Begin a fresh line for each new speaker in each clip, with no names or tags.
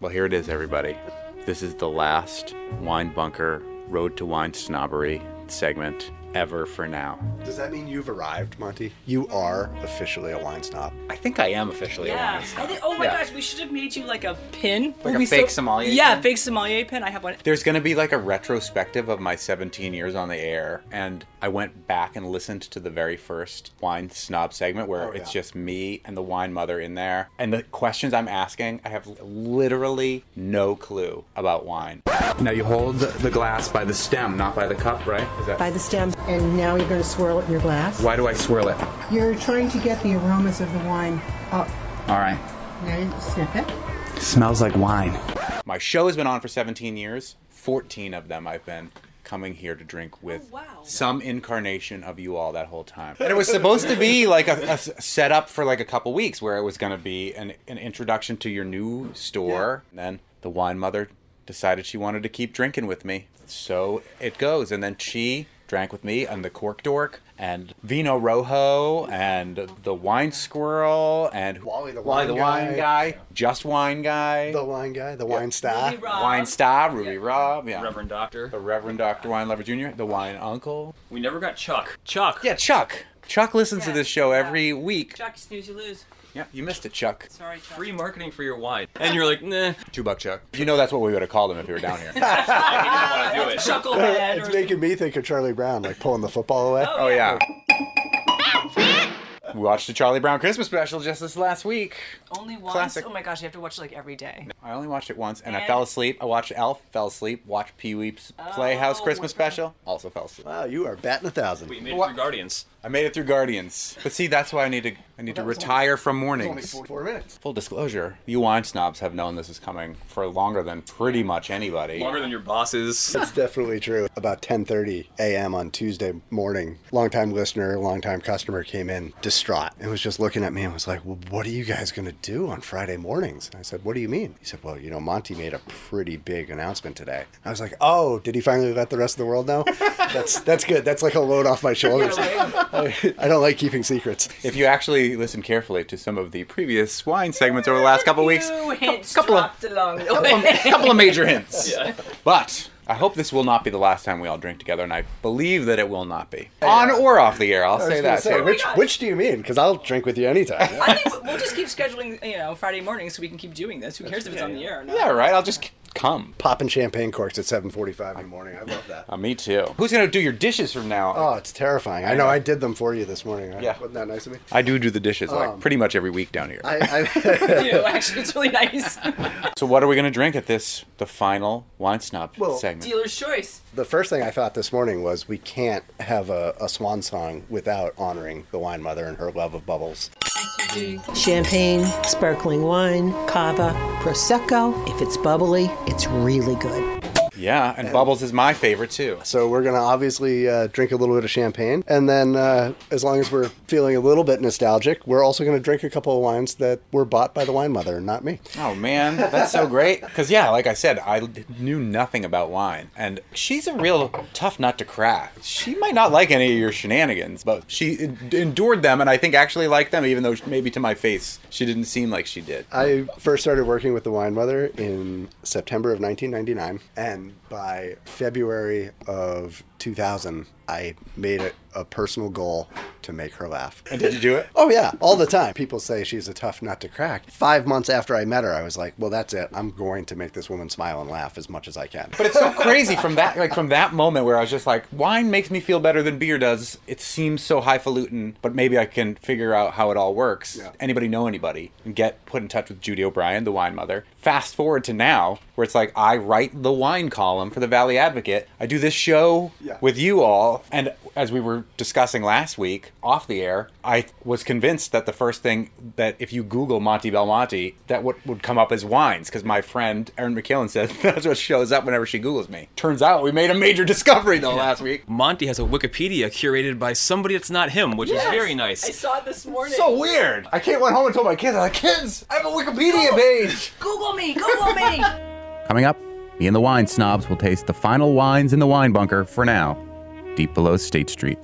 Well, here it is, everybody. This is the last Wine Bunker Road to Wine Snobbery segment ever for now.
Does that mean you've arrived, Monty? You are officially a wine snob.
I think I am officially a
Yeah.
wine snob.
I think, oh my
Yeah.
gosh, we should have made you like a pin.
Like
Would
a
be
fake sommelier
Yeah,
pin?
fake sommelier pin. I have one.
There's going to be like a retrospective of my 17 years on the air. And I went back and listened to the very first wine snob segment where
Oh,
it's
yeah.
just me and the wine mother in there. And the questions I'm asking, I have literally no clue about wine. Now you hold the glass by the stem, not by the cup, right? Is that-
by the stem, and now you're going to swirl it in your glass.
why do I swirl it?
You're trying to get the aromas of the wine up.
All right.
Now you sniff it.
Smells like wine. My show has been on for 17 years. 14 of them I've been coming here to drink with
wow.
some incarnation of you all that whole time. And it was supposed to be like a, a s- setup for like a couple weeks where it was going to be an, an introduction to your new store. And then the wine mother decided she wanted to keep drinking with me. So it goes. And then she drank with me and the cork dork and Vino Rojo and the wine squirrel and
Wally the
Wally
wine
wine
guy.
guy, just wine guy,
The wine guy, the wine star.
Ruby Rob.
wine star, Ruby Rob, yeah.
Reverend Doctor.
the Reverend Doctor Wine Lover Jr., the wine uncle.
We never got Chuck. Chuck.
Yeah, Chuck. Chuck listens to
Yeah,
this show
yeah.
every week.
Chuck, you snooze, you lose.
Yeah, you missed it, Chuck.
Sorry, Chuck.
Free marketing for your wine. And you're like, nah,
Two buck Chuck. You know that's what we would have called him if he were down here.
I do it.
Chucklehead.
It's
or-
making me think of Charlie Brown, like pulling the football away.
oh yeah. We watched the Charlie Brown Christmas special just this last week.
Only once.
Classic.
Oh my gosh, you have to watch it like every day.
I only watched it once, and, I
And-
fell asleep. I watched Elf, fell asleep. Watched Pee Wee's Playhouse
Oh,
Christmas
wow.
special, also fell asleep.
Wow, you are batting a thousand.
We made it
What?
through Guardians.
I made it through Guardians, but see, that's why I need to. I need to
that was only-
retire from
It's only
mornings.
forty-four minutes.
Full disclosure, you wine snobs have known this is coming for longer than pretty much anybody.
Longer than your bosses.
That's definitely true. About 10:30 a.m. on Tuesday morning, longtime listener, longtime customer came in distraught and was just looking at me and was like, well, "What are you guys going to do on Friday mornings?" And I said, "What do you mean?" He said, "Well, you know, Monty made a pretty big announcement today." I was like, "Oh, did he finally let the rest of the world know?" that's that's good. That's like a load off my shoulders. I, I don't like keeping secrets.
If you actually listen carefully to some of the previous wine segments over the last couple weeks,
Two
a
hints
couple of
dropped along the way.
couple of major hints.
Yeah.
But I hope this will not be the last time we all drink together, and I believe that it will not be. On or off the air, I'll
I was
say
gonna
that.
say,
too.
which
gosh.
which do you mean? Because I'll drink with you anytime.
I think we'll just keep scheduling, you know, Friday mornings so we can keep doing this. Who cares if it's on the air or not?
yeah, right. I'll just c- come.
Popping champagne corks at 7:45 in the morning. I love that.
Uh, me too. Who's gonna do your dishes from now?
Oh, it's terrifying. I know I did them for you this morning. Right?
Yeah.
Wasn't that nice of me?
I do do the dishes like
Um,
pretty much every week down here.
I, I
We do, actually, it's really nice.
so what are we gonna drink at this the final wine snob
Well,
segment?
Dealer's choice.
the first thing I thought this morning was we can't have a, a swan song without honoring the wine mother and her love of bubbles.
Champagne, sparkling wine, cava, prosecco. If it's bubbly, it's really good.
yeah, and bubbles is my favorite too.
So we're gonna obviously uh, drink a little bit of champagne, and then uh, as long as we're feeling a little bit nostalgic, we're also gonna drink a couple of wines that were bought by the wine mother, not me.
Oh man, that's so great. Because yeah, like I said, I l- knew nothing about wine, and she's a real tough nut to crack. She might not like any of your shenanigans, but she en- endured them, and I think actually liked them, even though sh- maybe to my face she didn't seem like she did.
I first started working with the Wine Mother in September of 1999, and by February of 2000, I made it a personal goal to make her laugh.
And did you do it?
Oh yeah, all the time. People say she's a tough nut to crack. Five months after I met her, I was like, "Well, that's it. I'm going to make this woman smile and laugh as much as I can."
But it's so crazy from that, like from that moment where I was just like, wine makes me feel better than beer does. It seems so highfalutin, but maybe I can figure out how it all works.
Yeah.
Anybody know anybody? And get put in touch with Judy O'Brien, the wine mother. Fast forward to now, where it's like I write the wine column for the Valley Advocate. I do this show
Yeah.
with you all, and as we were discussing last week off the air, I was convinced that the first thing that if you Google Monty Belmonte, that what would come up is wines, because my friend Erin McKillen says that's what shows up whenever she Googles me. Turns out we made a major discovery though last week.
Monty has a Wikipedia curated by somebody that's not him, which is very
I
nice.
saw it this morning.
So weird. I came went home and told my kids, I'm like, kids, I have a Wikipedia page.
Google me, Google me.
Coming up, me and the wine snobs will taste the final wines in the wine bunker for now, deep below State Street.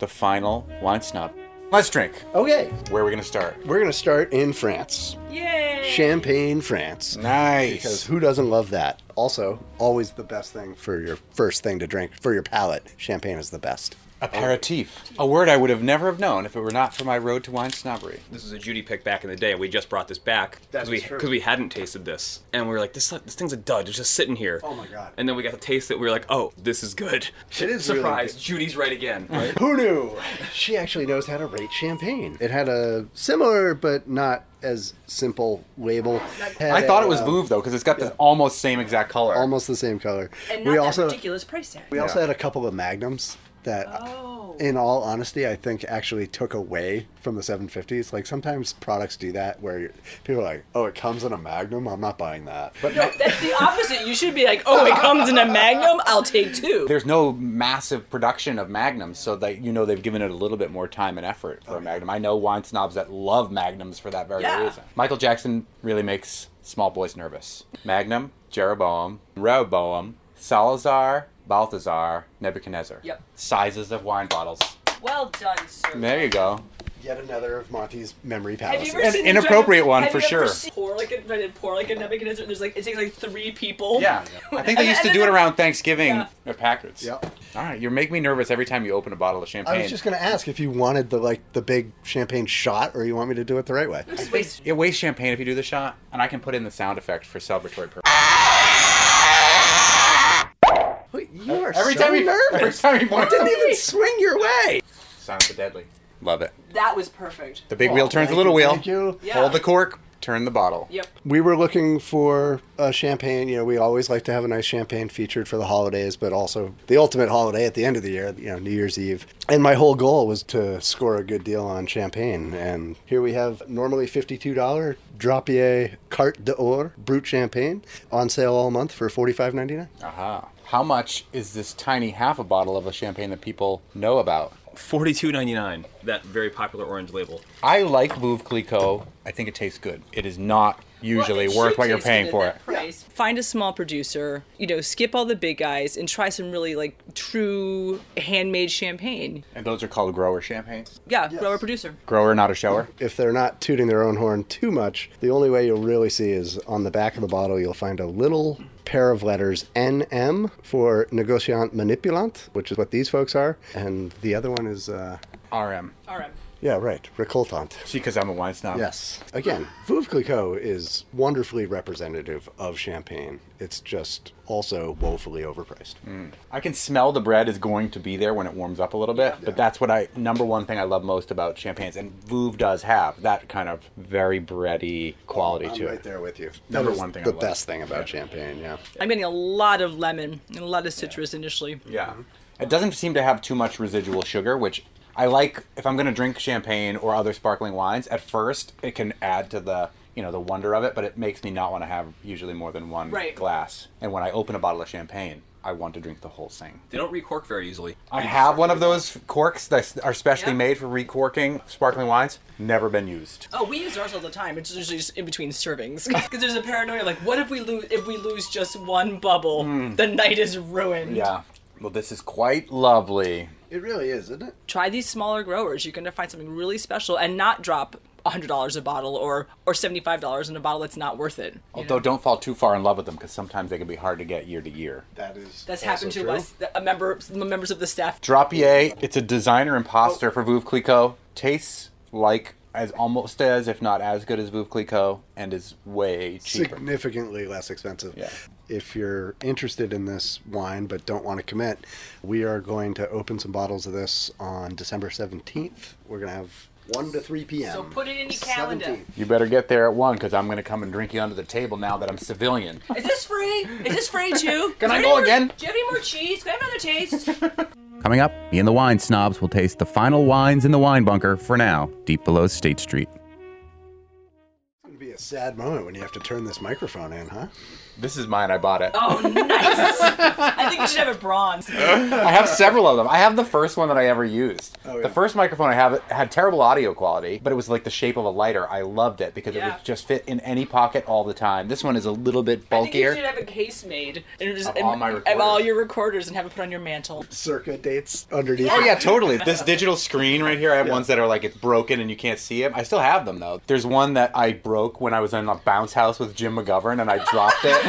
The final wine snob Let's drink.
Okay.
Where are we going to start?
We're going to start in France.
Yay!
Champagne, France. Because
Nice.
who doesn't love that? Also, always the best thing for your first thing to drink for your palate. Champagne is the best.
Aperitif. A word I would have never have known if it were not for my road to wine snobbery.
This is a Judy pick back in the day. We just brought this back because
That
we
is true.
because we hadn't tasted this, and we were like, this this thing's a dud. It's just sitting here. Oh
my God.
And then we got to taste it. We were like, oh, this is good.
It is really
surprise.
good.
Judy's right again.
Who knew? She actually knows how to rate champagne. It had a similar but not as simple label.
I
Had
thought
a,
it was
uh,
Louvre though, because it's got the almost same exact color.
Almost the same color.
And not
we
that
also
ridiculous price tag.
we also had a couple of magnums that
Oh.
in all honesty, I think actually took away from the 750s. Like sometimes products do that where people are like, "Oh, it comes in a Magnum. I'm not buying that." But
No, that's the opposite. You should be like, oh, it comes in a magnum. I'll take two.
There's no massive production of magnums, so that you know they've given it a little bit more time and effort for a magnum. I know wine snobs that love magnums for that very
Yeah.
reason. Michael Jackson really makes small boys nervous. Magnum, Jeroboam, Rehoboam, Salazar, Balthazar, Nebuchadnezzar.
Yep.
Sizes of wine bottles.
well done, sir.
There you go.
yet another of Monty's memory
Have you
palaces.
ever
An
seen
inappropriate
them-
one,
have
for
you ever
sure.
seen- Pour like a when they pour like a Nebuchadnezzar. There's like it takes like three people.
Yeah. I think
And-
they used to
and
do it
then-
around Thanksgiving
Yeah.
at Packard's.
Yep.
All right, you're making me nervous every time you open a bottle of champagne.
I was just gonna ask if you wanted the like the big champagne shot, or you want me to do it the right way.
Just waste-
It wastes champagne if you do the shot, and I can put in the sound effect for celebratory purposes.
Wait, you are
Every
so
time you
nervous.
every time you want
Didn't even swing your way.
sounds deadly. Love it.
That was perfect.
The big wheel turns
Thank
the little
you,
wheel.
Thank you.
Yeah.
Hold the cork. Turn the bottle.
Yep.
We were looking for a champagne. You know, we always like to have a nice champagne featured for the holidays, but also the ultimate holiday at the end of the year, you know, New Year's Eve. And my whole goal was to score a good deal on champagne. And here we have normally $52 Drapier Carte d'Or Brut Champagne on sale all month for $45.99.
Aha. Ah, How much is this tiny half a bottle of a champagne that people know about?
Forty two ninety nine. That very popular orange label.
I like Veuve Clicquot. I think it tastes good. It is not usually
Well, it
worth
should
what you're
taste
paying
good
for
at
it.
that price. Find a small producer, you know, skip all the big guys, and try some really like true handmade champagne.
And those are called grower champagnes.
Yeah, grower producer.
Grower, not a shower.
If they're not tooting their own horn too much, the only way you'll really see is on the back of the bottle, you'll find a little pair of letters NM for negociant manipulant, which is what these folks are. And the other one is, uh,
RM.
All right.
yeah, right, recoltant.
See, because I'm a wine snob.
Yes. Again, Veuve Clicquot is wonderfully representative of champagne. It's just also woefully overpriced.
I can smell the bread is going to be there when it warms up a little bit, but that's what I number one thing I love most about champagnes, and Vouv does have that kind of very bready quality
I'm
to
right
it.
there with you. That
Number
is
one thing I
The
love.
best thing about champagne, yeah.
I'm getting a lot of lemon and a lot of citrus initially.
Yeah,
Mm-hmm.
it doesn't seem to have too much residual sugar, which I like. If I'm going to drink champagne or other sparkling wines, at first it can add to the you know the wonder of it, but it makes me not want to have usually more than one
Right.
glass. And when I open a bottle of champagne, I want to drink the whole thing.
They don't recork very easily.
I have one of those corks that are specially
Yeah.
made for recorking sparkling wines. Never been used.
Oh, we use ours all the time. It's usually just in between servings because there's a paranoia like, what if we lose if we lose just one bubble, the night is ruined.
Hmm. Yeah. Well, this is quite lovely.
It really is, isn't it?
Try these smaller growers. You're gonna find something really special and not drop. $100 a bottle or or $75 in a bottle that's not worth it.
Although, don't fall too far in love with them because sometimes they can be hard to get year to year.
That is.
That's happened to us, th- a member, members of the staff.
Drapier, it's a designer
Oh.
imposter for Veuve Clicquot. Tastes like as almost as, if not as good as Veuve Clicquot, and is way cheaper.
significantly less expensive.
Yeah.
If you're interested in this wine but don't want to commit, we are going to open some bottles of this on December 17th. We're going to have 1 to 3 p.m.
So put it in your calendar.
you better get there at one because I'm going to come and drink you under the table now that I'm civilian.
Is this free? Is this free too?
Can I go
Is there any more-
again?
Do you have any more cheese? Can I have another taste?
Coming up, me and the wine snobs will taste the final wines in the wine bunker for now, deep below State Street.
It's going to be a a sad moment when you have to turn this microphone in, huh?
This is mine. I bought it.
Oh, nice. I think you should have a bronze.
I have several of them. I have the first one that I ever used.
Oh,
The first microphone I have had terrible audio quality, but it was like the shape of a lighter. I loved it because it
Yeah.
would just fit in any pocket all the time. This one is a little bit
I think you should
bulkier.
have a case made and just,
Of all my
and- of
recorders.
all your recorders and have it put on your mantle.
Circa dates underneath.
Oh yeah, totally. This digital screen right here, I have ones that are like it's broken and you can't see it. I still have them though. There's one that I broke when I was in a bounce house with Jim McGovern and I dropped it.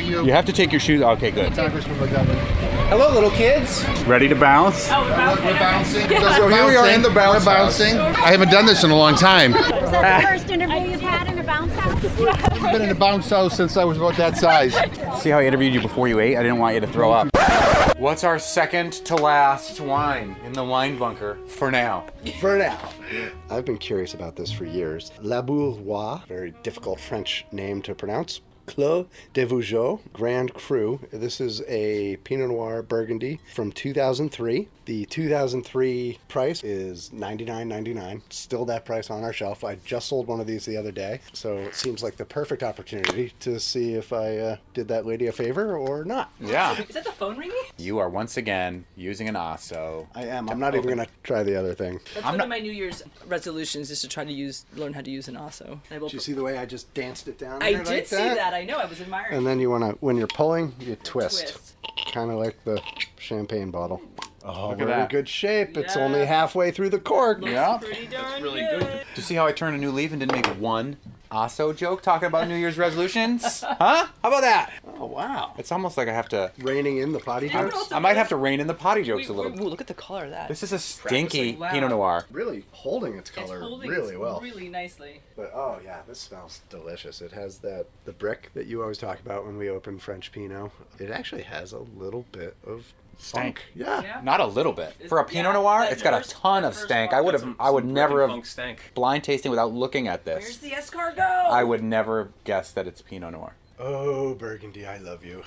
you have to take your shoes. Okay, good. Hello, little kids.
Ready to bounce?
Oh,
bouncing. So here we are in the bounce. We're bouncing. I haven't done this in a long time. I've
Is that the first interview you've had in a bounce house?
been in a bounce house since I was about that size.
See how I interviewed you before you ate? I didn't want you to throw up. What's our second to last wine in the wine bunker for now?
For now. I've been curious about this for years. La Bourrois, very difficult French name to pronounce. Clos de Vougeot, Grand Cru. This is a Pinot Noir Burgundy from 2003. The 2003 price is $99.99. Still that price on our shelf. I just sold one of these the other day, so it seems like the perfect opportunity to see if I uh, did that lady a favor or not.
Yeah.
Is that the phone ringing?
You are once again using an osso.
I am. I'm not even going to try the other thing.
That's one of my New Year's resolutions is to try to use, learn how to use an osso. I will.
Did you see the way I just danced it down?
I
there
did
like
see that. I know. I was admiring.
And then you want to, when you're pulling, you twist.
Twist.
Kind of like the champagne bottle. Oh,
Look at
we're in
that.
good shape. It's
Yeah.
only halfway through the cork.
Yeah. Do
Pretty darn
really
good.
good.
you see how I turned a new leaf and didn't make one osso joke talking about New Year's resolutions? Huh? How about that?
Oh, wow.
It's almost like I have to.
Raining in the potty
Yeah, but
jokes.
also-
I might have to rein in the potty jokes a
Ooh,
little. bit.
look at the color of that.
This is a stinky
Wow.
Pinot Noir.
Really holding its
It's
color
holding
really
its-
well.
Really nicely.
But oh yeah, this smells delicious. It has that the brick that you always talk about when we open French Pinot. It actually has a little bit of
Stank.
funk. Yeah.
Yeah.
Not a little bit. For a Pinot
yeah,
Noir,
that
it's got a
first-
ton
that
of
first
stank.
one.
I would have.
Some-
I would
some
never
Brooklyn
have
Funk stank.
blind tasting without looking at this.
Where's the escargot?
I would never have guessed that it's Pinot Noir.
Oh, Burgundy, I love you.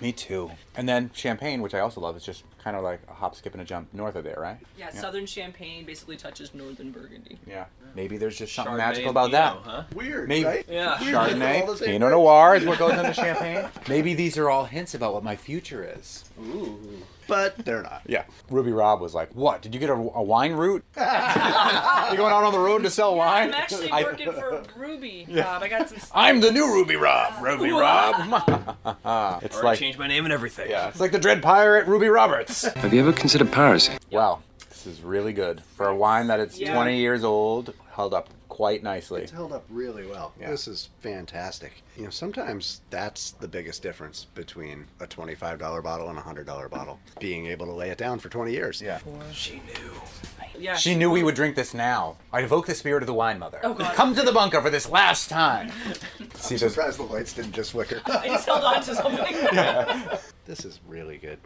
Me too. And then champagne, which I also love, is just kind of like a hop, skip, and a jump north of there, right?
yeah, Southern Champagne basically touches Northern Burgundy.
Yeah. Maybe there's just something
Chardonnay
magical
and
about that.
Pinot, huh?
Weird,
Maybe.
right? Weird
Yeah.
that they're all the
Chardonnay,
same
Pinot
thing.
Noir is what goes into champagne. Maybe these are all hints about what my future is.
but they're not.
Yeah. Ruby Rob was like, "What? Did you get a, a wine route? You're going out on the road to sell wine?
I'm actually
I-
working for Ruby. Bob. I got some.
I'm the new Ruby Rob. Ruby Rob. it's
Already
like
changed my name and everything.
yeah, it's like the Dread Pirate Ruby Roberts.
Have you ever considered piracy?
Wow, this is really good for a wine that it's
Yeah.
20 years old, held up quite nicely.
It's held up really well. This is fantastic. You know, sometimes that's the biggest difference between a $25 bottle and a $100 bottle. Being able to lay it down for 20 years.
Yeah.
Yeah.
She knew we would drink this now. I evoke the spirit of the wine mother.
Oh, God.
Come to the bunker for this last time. See,
I'm
this,
surprised the lights didn't just flicker.
I just held on to something.
this is really good.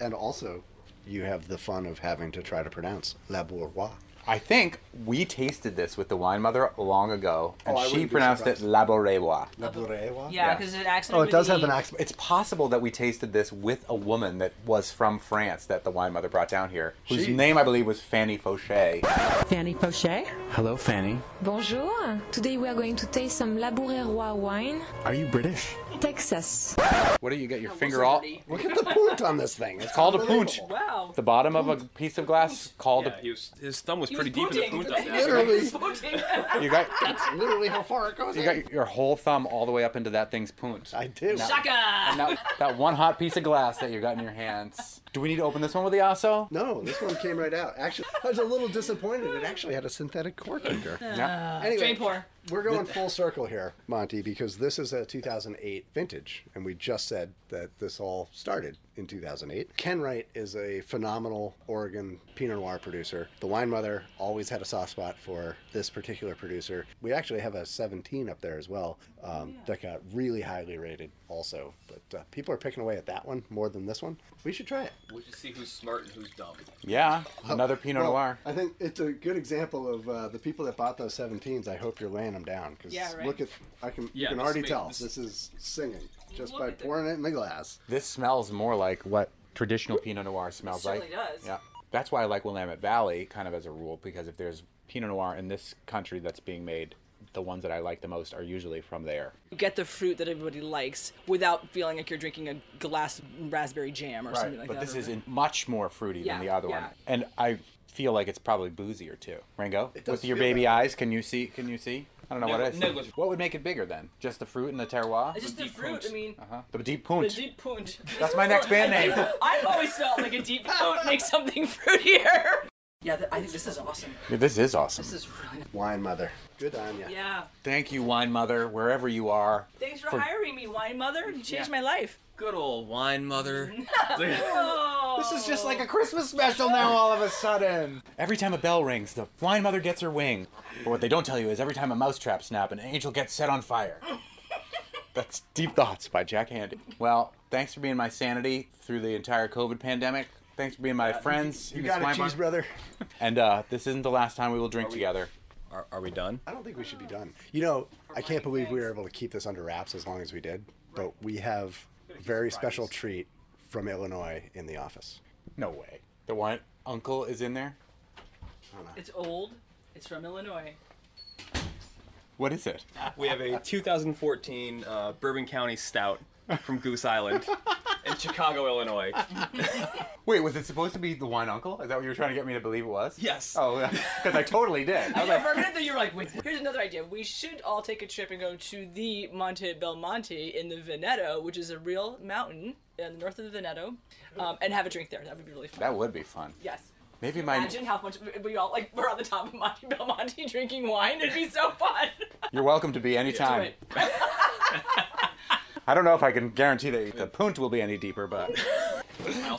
And also, you have the fun of having to try to pronounce La Bourrois.
I think we tasted this with the wine mother long ago, and
Oh, I
she
wouldn't be
pronounced it
surprised.
laborewa.
La Bourrois?
Yeah, because it actually.
Oh, it
with
does
the
have an
E.
accent.
It's possible that we tasted this with a woman that was from France that the wine mother brought down here, whose
She-
name I believe was Fanny Fauché.
Fanny Fauché?
Hello, Fanny.
Bonjour. Today we are going to taste some Labouré wine,
Are you British?
Texas.
What do you get your finger all?
Dirty.
Look at the point on this thing. It's
Called a punch.
unbelievable.
Wow.
The bottom of a piece of glass called
Yeah, he was, his thumb was pretty deep in the food. on that.
Literally,
a. You got
that's literally how far it goes.
you got your whole thumb all the way up into that thing's poont.
I do.
Shaka.
That, that one hot piece of glass that you got in your hands. Do we need to open this one with the asso?
No, this one came right out. Actually, I was a little disappointed. It actually had a synthetic cork under.
Yeah.
Uh, Anyway,
Drain pour.
we're going full circle here, Monty, because this is a 2008 vintage, and we just said that this all started in 2008. Ken Wright is a phenomenal Oregon Pinot Noir producer. The wine mother always had a soft spot for this particular producer. We actually have a 17 up there as well um, that got really highly rated, also. But uh, people are picking away at that one more than this one. We should try it.
We'll just see who's smart and who's dumb.
Yeah. Another Pinot
Well,
Noir.
I think it's a good example of uh, the people that bought those 17s. I hope you're laying them down because
Yeah, right.
look at I can you
Yeah,
can
this
already
ma-
tell
this-
this, is singing just
Look
by
at the-
pouring it in the glass.
This smells more like what traditional Pinot Noir smells
It certainly
like.
does.
Yeah. That's why I like Willamette Valley kind of as a rule because if there's Pinot Noir in this country that's being made the ones that I like the most are usually from there.
You get the fruit that everybody likes without feeling like you're drinking a glass of raspberry jam or something like
but
that.
this
or-
is in- much more fruity
Yeah,
than the other
yeah.
one, and I feel like it's probably boozier too. Ringo,
does
with your
feel
baby
that
eyes, can you see? Can you see? I don't know
No-
what it is.
negligible.
What would make it bigger then? Just the fruit and the terroir?
It's just the
deep
fruit.
punch.
I mean,
Huh? The deep
the
punch.
deep punch.
Uh-huh. That's my next band name.
I've always felt like a deep punch makes something fruitier. Yeah, th- I think this is awesome.
Yeah, this is awesome.
This is really
Wine mother. Good on you.
yeah.
Thank you, wine mother, wherever you are.
Thanks for, hiring me, wine mother. You changed my life.
Good old wine mother.
This is just like a Christmas special now, all of a sudden. Every time a bell rings, the wine mother gets her wing. But what they don't tell you is every time a mousetrap snap, an angel gets set on fire. That's Deep Thoughts by Jack Handy. Well, thanks for being my sanity through the entire COVID pandemic. Thanks for being my friends.
Uh, You
in the
got
swine
it, cheese
bar.
brother.
And uh, this isn't the last time we will drink together.
Are, are we done?
I don't think we should be done. You know, I can't believe we were able to keep this under wraps as long as we did, but we have a very special treat from Illinois in the office.
No way. The wine uncle is in there?
It's old. It's from Illinois.
What is it?
We have a 2014 uh, Bourbon County Stout from Goose Island in Chicago, Illinois.
Wait, was it supposed to be the wine uncle? Is that what you were trying to get me to believe it was?
Yes.
Oh, because I totally did. I was like,
For a minute there, you were like, wait. Here's another idea. We should all take a trip and go to the Monte Belmonte in the Veneto, which is a real mountain in the north of the Veneto, um, and have a drink there. That would be really fun.
that would be fun.
yes.
Maybe my
Imagine how much we all like. We're on the top of Monte Belmonte drinking wine. It'd be so fun.
You're welcome to be anytime.
Wait,
I don't know if I can guarantee that the punt will be any deeper, but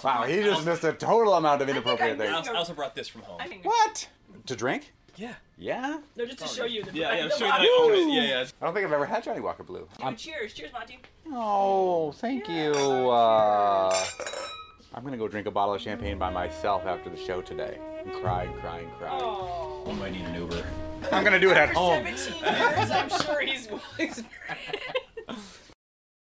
wow, he just missed a total amount of inappropriate
I-
I
things.
also, I also brought this from home.
I think-
What? To drink?
Yeah.
Yeah.
No, just to show you. The,
Yeah, yeah,
the
sure.
bottle.
I own it. Yeah, yeah.
I don't think I've ever had Johnny Walker Blue. I'm-
Cheers, cheers, Monty.
oh, thank you. Uh, I'm gonna go drink a bottle of champagne by myself after the show today and cry and cry and cry.
Oh. I might need an Uber.
Oh.
I'm gonna do it at home.
17 years, I'm sure he's. he's